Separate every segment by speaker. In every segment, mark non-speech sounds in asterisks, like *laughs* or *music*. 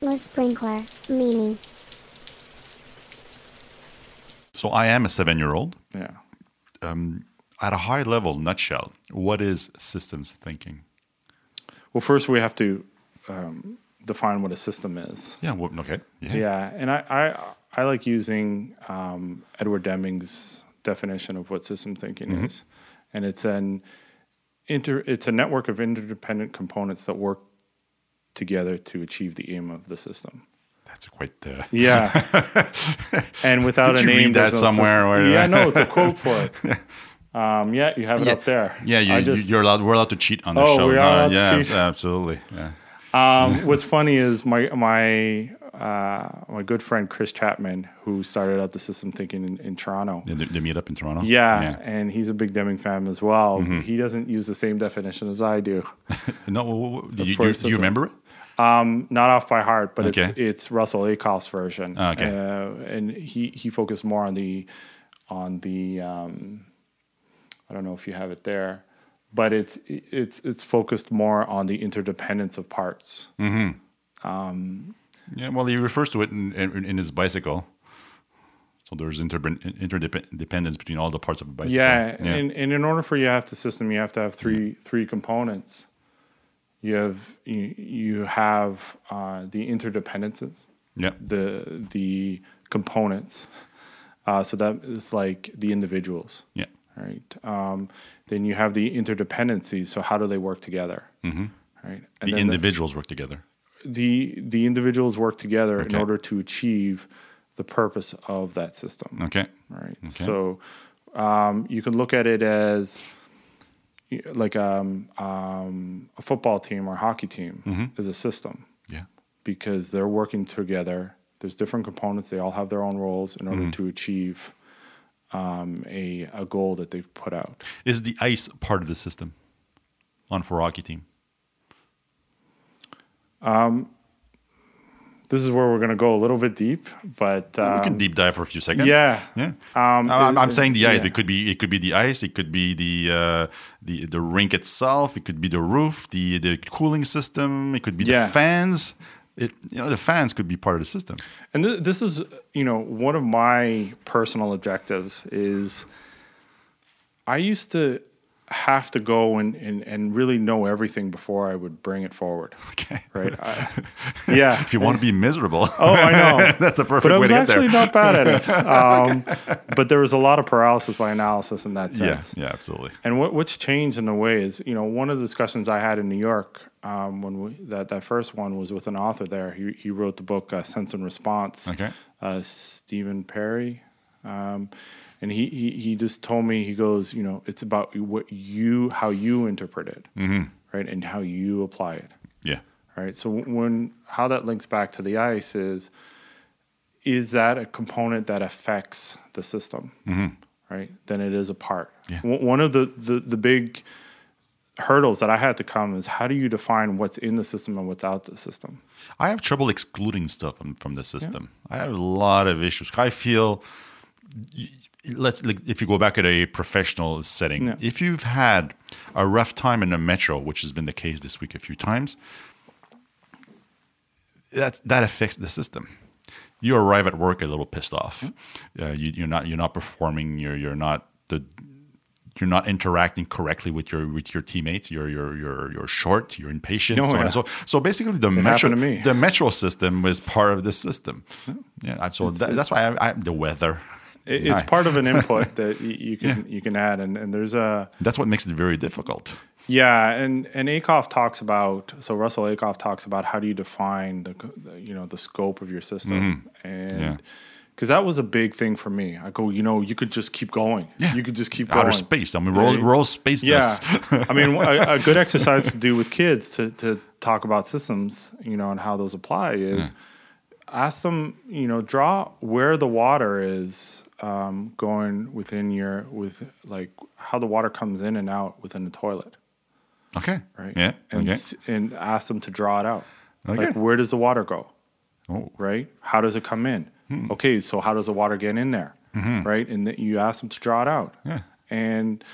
Speaker 1: Le Sprinkler, Mimi.
Speaker 2: So I am a seven year old.
Speaker 3: Yeah.
Speaker 2: At a high level, nutshell, what is systems thinking?
Speaker 3: Well, first we have to um, define what a system is.
Speaker 2: Yeah, well, okay. Yeah.
Speaker 3: Yeah, and I I, I like using um, Edward Deming's definition of what system thinking
Speaker 2: Mm-hmm.
Speaker 3: is, and it's an inter it's a network of interdependent components that work together to achieve the aim of the system.
Speaker 2: That's quite uh, *laughs*
Speaker 3: Yeah, and without
Speaker 2: Did
Speaker 3: a
Speaker 2: you
Speaker 3: name,
Speaker 2: read
Speaker 3: there's
Speaker 2: that
Speaker 3: no
Speaker 2: somewhere
Speaker 3: system.
Speaker 2: or-
Speaker 3: yeah, no, it's a quote for it.
Speaker 2: *laughs*
Speaker 3: Um, yeah, you have it
Speaker 2: yeah.
Speaker 3: up there.
Speaker 2: Yeah,
Speaker 3: I
Speaker 2: you,
Speaker 3: just-
Speaker 2: you, are allowed. We're allowed to cheat on the
Speaker 3: Oh,
Speaker 2: show.
Speaker 3: we are
Speaker 2: now.
Speaker 3: allowed to
Speaker 2: yeah, abs-
Speaker 3: cheat.
Speaker 2: absolutely. Yeah.
Speaker 3: Um, what's funny is my my uh, my good friend Chris Chapman, who started up the system thinking in, in Toronto.
Speaker 2: The, the meetup in Toronto.
Speaker 3: Yeah, and he's a big Deming fan as well.
Speaker 2: Mm-hmm.
Speaker 3: He doesn't use the same definition as I do.
Speaker 2: *laughs* No, wha- wha- do you, do, you-
Speaker 3: first
Speaker 2: do you
Speaker 3: of the-
Speaker 2: remember it?
Speaker 3: Um, not off by heart, but it's
Speaker 2: Okay. Ah,
Speaker 3: it's Russell Acoff's version.
Speaker 2: Okay.
Speaker 3: uh, and he he focused more on the on the um, I don't know if you have it there, but it's it's it's focused more on the interdependence of parts.
Speaker 2: Yeah. Well, he refers to it in, in, in his bicycle. So there's interdepend- interdependence between all the parts of a bicycle.
Speaker 3: Yeah, And, and in order for you to have the system, you have to have 3 three components. You have you, you have uh, the interdependences,
Speaker 2: yeah.
Speaker 3: the the components. Uh, so that is like the individuals,
Speaker 2: Yeah.
Speaker 3: right? Um, then you have the interdependencies. So how do they work together, mm-hmm. right? And
Speaker 2: The
Speaker 3: then
Speaker 2: individuals work together.
Speaker 3: the the individuals work together in
Speaker 2: Okay.
Speaker 3: order to achieve the purpose of that system
Speaker 2: Okay.
Speaker 3: right?
Speaker 2: Okay.
Speaker 3: So um, you can look at it as y- like um, um, a football team or hockey team
Speaker 2: Mm-hmm.
Speaker 3: is a system
Speaker 2: Yeah.
Speaker 3: because they're working together. There's different components. They all have their own roles in
Speaker 2: Mm-hmm.
Speaker 3: order to achieve um, a, a goal that they've put out.
Speaker 2: Is the ice part of the system on for hockey team?
Speaker 3: This is where we're going to go a little bit deep, but um,
Speaker 2: we can deep dive for a few seconds.
Speaker 3: yeah.
Speaker 2: Yeah.
Speaker 3: Um,
Speaker 2: I- I'm,
Speaker 3: it-
Speaker 2: I'm
Speaker 3: it-
Speaker 2: saying the ice.
Speaker 3: yeah.
Speaker 2: It could be it could be the ice. It could be the uh, the the rink itself. It could be the roof, the the cooling system. It could be
Speaker 3: Yeah.
Speaker 2: the fans. It you know the fans could be part of the system. *laughs*
Speaker 3: And th- this is, you know, one of my personal objectives is I used to have to go and, and, and really know everything before I would bring it forward.
Speaker 2: Okay.
Speaker 3: Right. I,
Speaker 2: *laughs*
Speaker 3: yeah.
Speaker 2: If you want to be miserable,
Speaker 3: Oh, *laughs* I know.
Speaker 2: *laughs* that's a
Speaker 3: but
Speaker 2: perfect way
Speaker 3: I was
Speaker 2: to get
Speaker 3: actually
Speaker 2: there.
Speaker 3: not bad at
Speaker 2: *laughs*
Speaker 3: it. Um, But there was a lot of paralysis by analysis in that
Speaker 2: yeah.
Speaker 3: sense.
Speaker 2: Yeah. Absolutely.
Speaker 3: And what, what's changed in a way is, you know, one of the discussions I had in New York um, when we, that, that first one was with an author there. He, he wrote the book uh, Sense and Response,
Speaker 2: Okay.
Speaker 3: uh, Stephen Perry. Um, and he, he, he just told me, he goes, you know, it's about what you, how you interpret it, right? And how you apply it,
Speaker 2: Yeah.
Speaker 3: right? So when, how that links back to the ice is, is that a component that affects the system? right than it is a part.
Speaker 2: Yeah.
Speaker 3: One one of the, the the big hurdles that I had to come is how do you define what's in the system and what's out the system?
Speaker 2: I have trouble excluding stuff from, from the system. I have a lot of issues. I feel y- let's like, if you go back at a professional setting,
Speaker 3: Yeah.
Speaker 2: if you've had a rough time in a metro, which has been the case this week a few times, that that affects the system. You arrive at work a little pissed off. Uh, you, you're not you're not performing. You're you're not the you're not interacting correctly with your with your teammates. You're you're you're you're short. You're impatient.
Speaker 3: Oh,
Speaker 2: so on
Speaker 3: yeah.
Speaker 2: and so. So basically, the metro
Speaker 3: happened to me.
Speaker 2: the metro system was part of the system. Yeah, I- so that, that's why I, I, the weather.
Speaker 3: It, it's
Speaker 2: I-
Speaker 3: part of an input that y- you can you can add and, and there's a
Speaker 2: That's what makes it very difficult.
Speaker 3: yeah and and Akoff talks about so Russell Akoff talks about how do you define the co- the, you know the scope of your system and
Speaker 2: Mm-hmm. Yeah.
Speaker 3: Because that was a big thing for me. I go, you know, you could just keep going.
Speaker 2: Yeah.
Speaker 3: You could just keep
Speaker 2: Outer
Speaker 3: going.
Speaker 2: space. I mean, we're all, we're all space.
Speaker 3: Yeah, *laughs*
Speaker 2: nuts.
Speaker 3: I mean, a, a good exercise to do with kids to to talk about systems, you know, and how those apply is ask them, you know, draw where the water is um, going within your with like how the water comes in and out within the toilet,
Speaker 2: Okay.
Speaker 3: right?
Speaker 2: Yeah.
Speaker 3: and
Speaker 2: okay.
Speaker 3: s- and ask them to draw it out. Like,
Speaker 2: Okay.
Speaker 3: where does the water go?
Speaker 2: Oh.
Speaker 3: Right? How does it come in?
Speaker 2: Hmm.
Speaker 3: Okay, so how does the water get in there? Right? And then you ask them to draw it out.
Speaker 2: Mm-hmm. Yeah. e-,
Speaker 3: And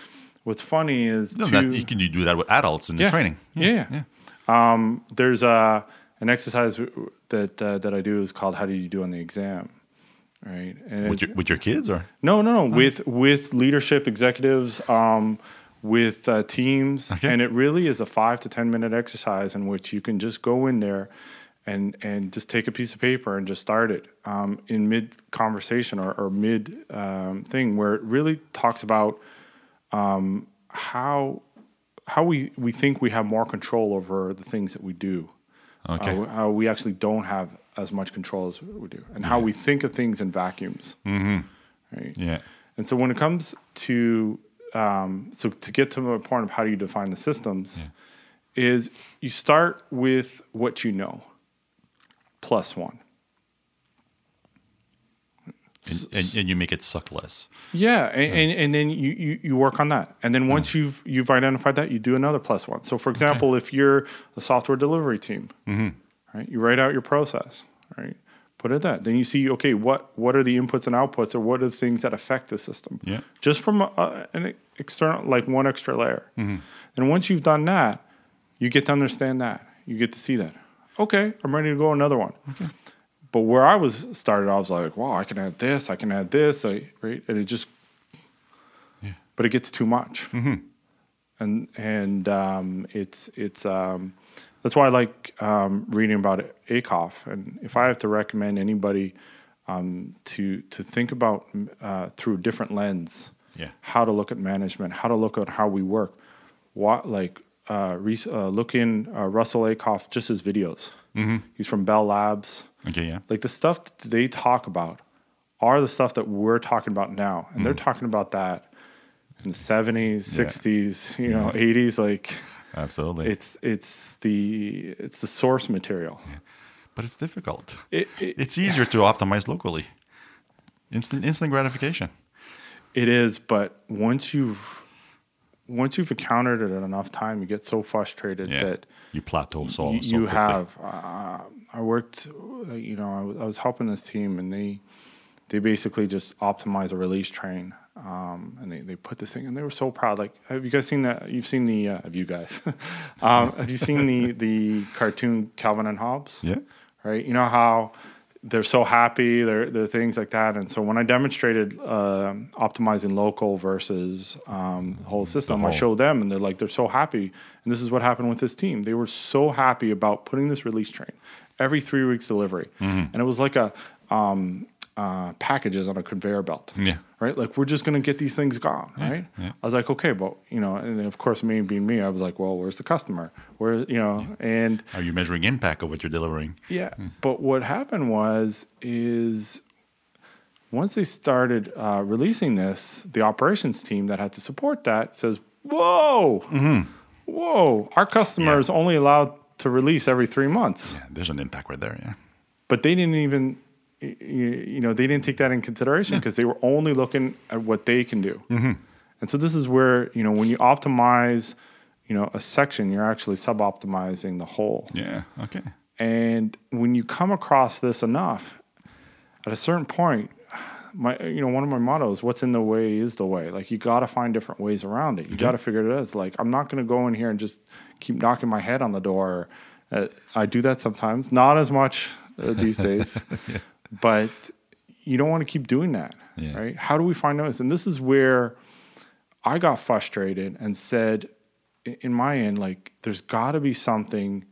Speaker 3: what's funny is
Speaker 2: Doesn't
Speaker 3: too-
Speaker 2: that, you can you do that with adults in the
Speaker 3: yeah.
Speaker 2: training?
Speaker 3: Yeah. yeah. Um, there's a an exercise w- that uh, that I do is called "How do you do on the exam?" Right? And
Speaker 2: with
Speaker 3: it's-
Speaker 2: your, with your kids or
Speaker 3: no, no, no. With with leadership, executives, um, with uh, teams,
Speaker 2: Okay.
Speaker 3: and it really is a five to ten minute exercise in which you can just go in there and and just take a piece of paper and just start it um, in mid conversation or, or mid um, thing where it really talks about um, how how we we think we have more control over the things that we do.
Speaker 2: Okay.
Speaker 3: Uh, how we actually don't have as much control as we do, and how we think of things in vacuums.
Speaker 2: Mm-hmm.
Speaker 3: Right.
Speaker 2: yeah
Speaker 3: And so when it comes to um, so to get to the point of how do you define the systems is you start with what you know plus one.
Speaker 2: and, and, and you make it suck less
Speaker 3: Yeah, and, and, and then you, you, you work on that, and then once you've you've identified that, you do another plus one. So, for example, if you're a software delivery team, right, you write out your process, right, put it that. Then you see, okay, what what are the inputs and outputs, or what are the things that affect the system?
Speaker 2: Yeah.
Speaker 3: just from a, an external, like one extra layer. And once you've done that, you get to understand that, you get to see that. Okay, I'm ready to go another one. But where I was started, I was like, wow, I can add this, I can add this, I, right? And it just, but it gets too much. And, and um, it's, it's, um, that's why I like um, reading about ACOF. And if I have to recommend anybody um, to, to think about uh, through a different lens,
Speaker 2: Yeah.
Speaker 3: how to look at management, how to look at how we work, what, like uh, re- uh, look in uh, Russell Acoff, just his videos. He's from Bell Labs
Speaker 2: okay yeah
Speaker 3: like the stuff that they talk about are the stuff that we're talking about now and they're talking about that in the 70s 60s you know 80s like
Speaker 2: absolutely
Speaker 3: it's it's the it's the source material
Speaker 2: but it's difficult
Speaker 3: It- it-
Speaker 2: it's easier to optimize locally instant instant gratification
Speaker 3: it is but once you've once you've encountered it enough time you get so frustrated
Speaker 2: yeah
Speaker 3: that
Speaker 2: you plateau so
Speaker 3: you,
Speaker 2: so
Speaker 3: you
Speaker 2: quickly.
Speaker 3: have. Uh, I worked, uh, you know, I was, I was helping this team, and they they basically just optimized a release train, um, and they, they put this thing, and they were so proud. Like, have you guys seen that? You've seen the uh, have you guys? *laughs* um, have you seen the the cartoon Calvin and Hobbes?
Speaker 2: Yeah.
Speaker 3: Right. You know how. They're so happy. They're, they're things like that. And so when I demonstrated um optimizing local versus um, the whole system, I
Speaker 2: Mm, whole.
Speaker 3: showed show them and they're like they're so happy and this is what happened with this team they were so happy about putting this release train every three weeks delivery
Speaker 2: Mm-hmm.
Speaker 3: and it was like a um, uh, packages on a conveyor belt
Speaker 2: Yeah.
Speaker 3: right like we're just gonna get these things gone right
Speaker 2: yeah.
Speaker 3: i was like okay but you know and of course me being me i was like well where's the customer where you know and
Speaker 2: are you measuring impact of what you're delivering
Speaker 3: yeah. But what happened was is once they started uh, releasing this, the operations team that had to support that says, "Whoa, whoa! Our customer
Speaker 2: Mm-hmm. Yeah.
Speaker 3: is only allowed to release every three months."
Speaker 2: Yeah, there's an impact right there yeah
Speaker 3: But they didn't even, y- y- you know, they didn't take that in consideration because they were only looking at what they can do.
Speaker 2: Mm-hmm.
Speaker 3: And so this is where you know when you optimize, you know, a section, you're actually sub-optimizing the whole.
Speaker 2: yeah okay
Speaker 3: And when you come across this enough, at a certain point, my you know one of my mottos: "What's in the way is the way." Like you got to find different ways around it. You got to figure it out. It's like I'm not going to go in here and just keep knocking my head on the door. Uh, I do that sometimes, not as much uh, these days, but you don't want to keep doing that,
Speaker 2: Yeah.
Speaker 3: right? How do we find those? And this is where I got frustrated and said, i- in my end, like there's got to be something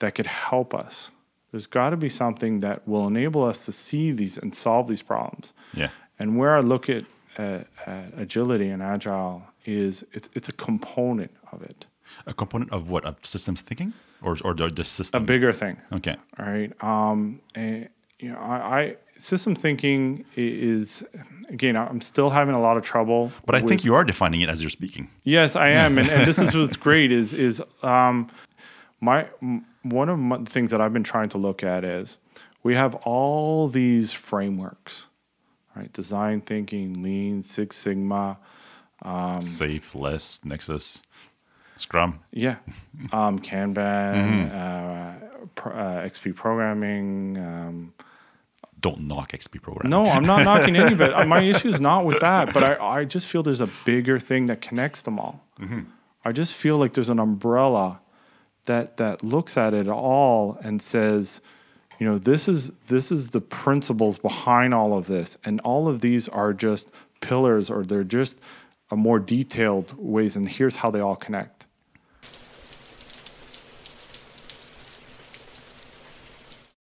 Speaker 3: that could help us. There's got to be something that will enable us to see these and solve these problems.
Speaker 2: yeah
Speaker 3: And where I look at, at, at agility and agile is it's it's a component of it,
Speaker 2: a component of what of systems thinking or or the, the
Speaker 3: a
Speaker 2: system
Speaker 3: bigger thing.
Speaker 2: okay
Speaker 3: All right. Um, and, you know, I, I system thinking i- is again. I'm still having a lot of trouble.
Speaker 2: but i
Speaker 3: with-
Speaker 2: think you are defining it as you're speaking
Speaker 3: Yes, I am, and, and this is what's great is is um, my m- one of my, the things that I've been trying to look at is we have all these frameworks, right? Design thinking, Lean, Six Sigma,
Speaker 2: Um, safe less nexus scrum
Speaker 3: yeah, um, Kanban, uh, pro, uh, XP programming. Um,
Speaker 2: don't knock xp program
Speaker 3: no, I'm not knocking any of it. Uh, My issue is not with that, but I, I just feel there's a bigger thing that connects them all. I just feel like there's an umbrella that that looks at it all and says, you know, this is this is the principles behind all of this, and all of these are uh, just pillars, or they're just a more detailed ways, and here's how they all connect.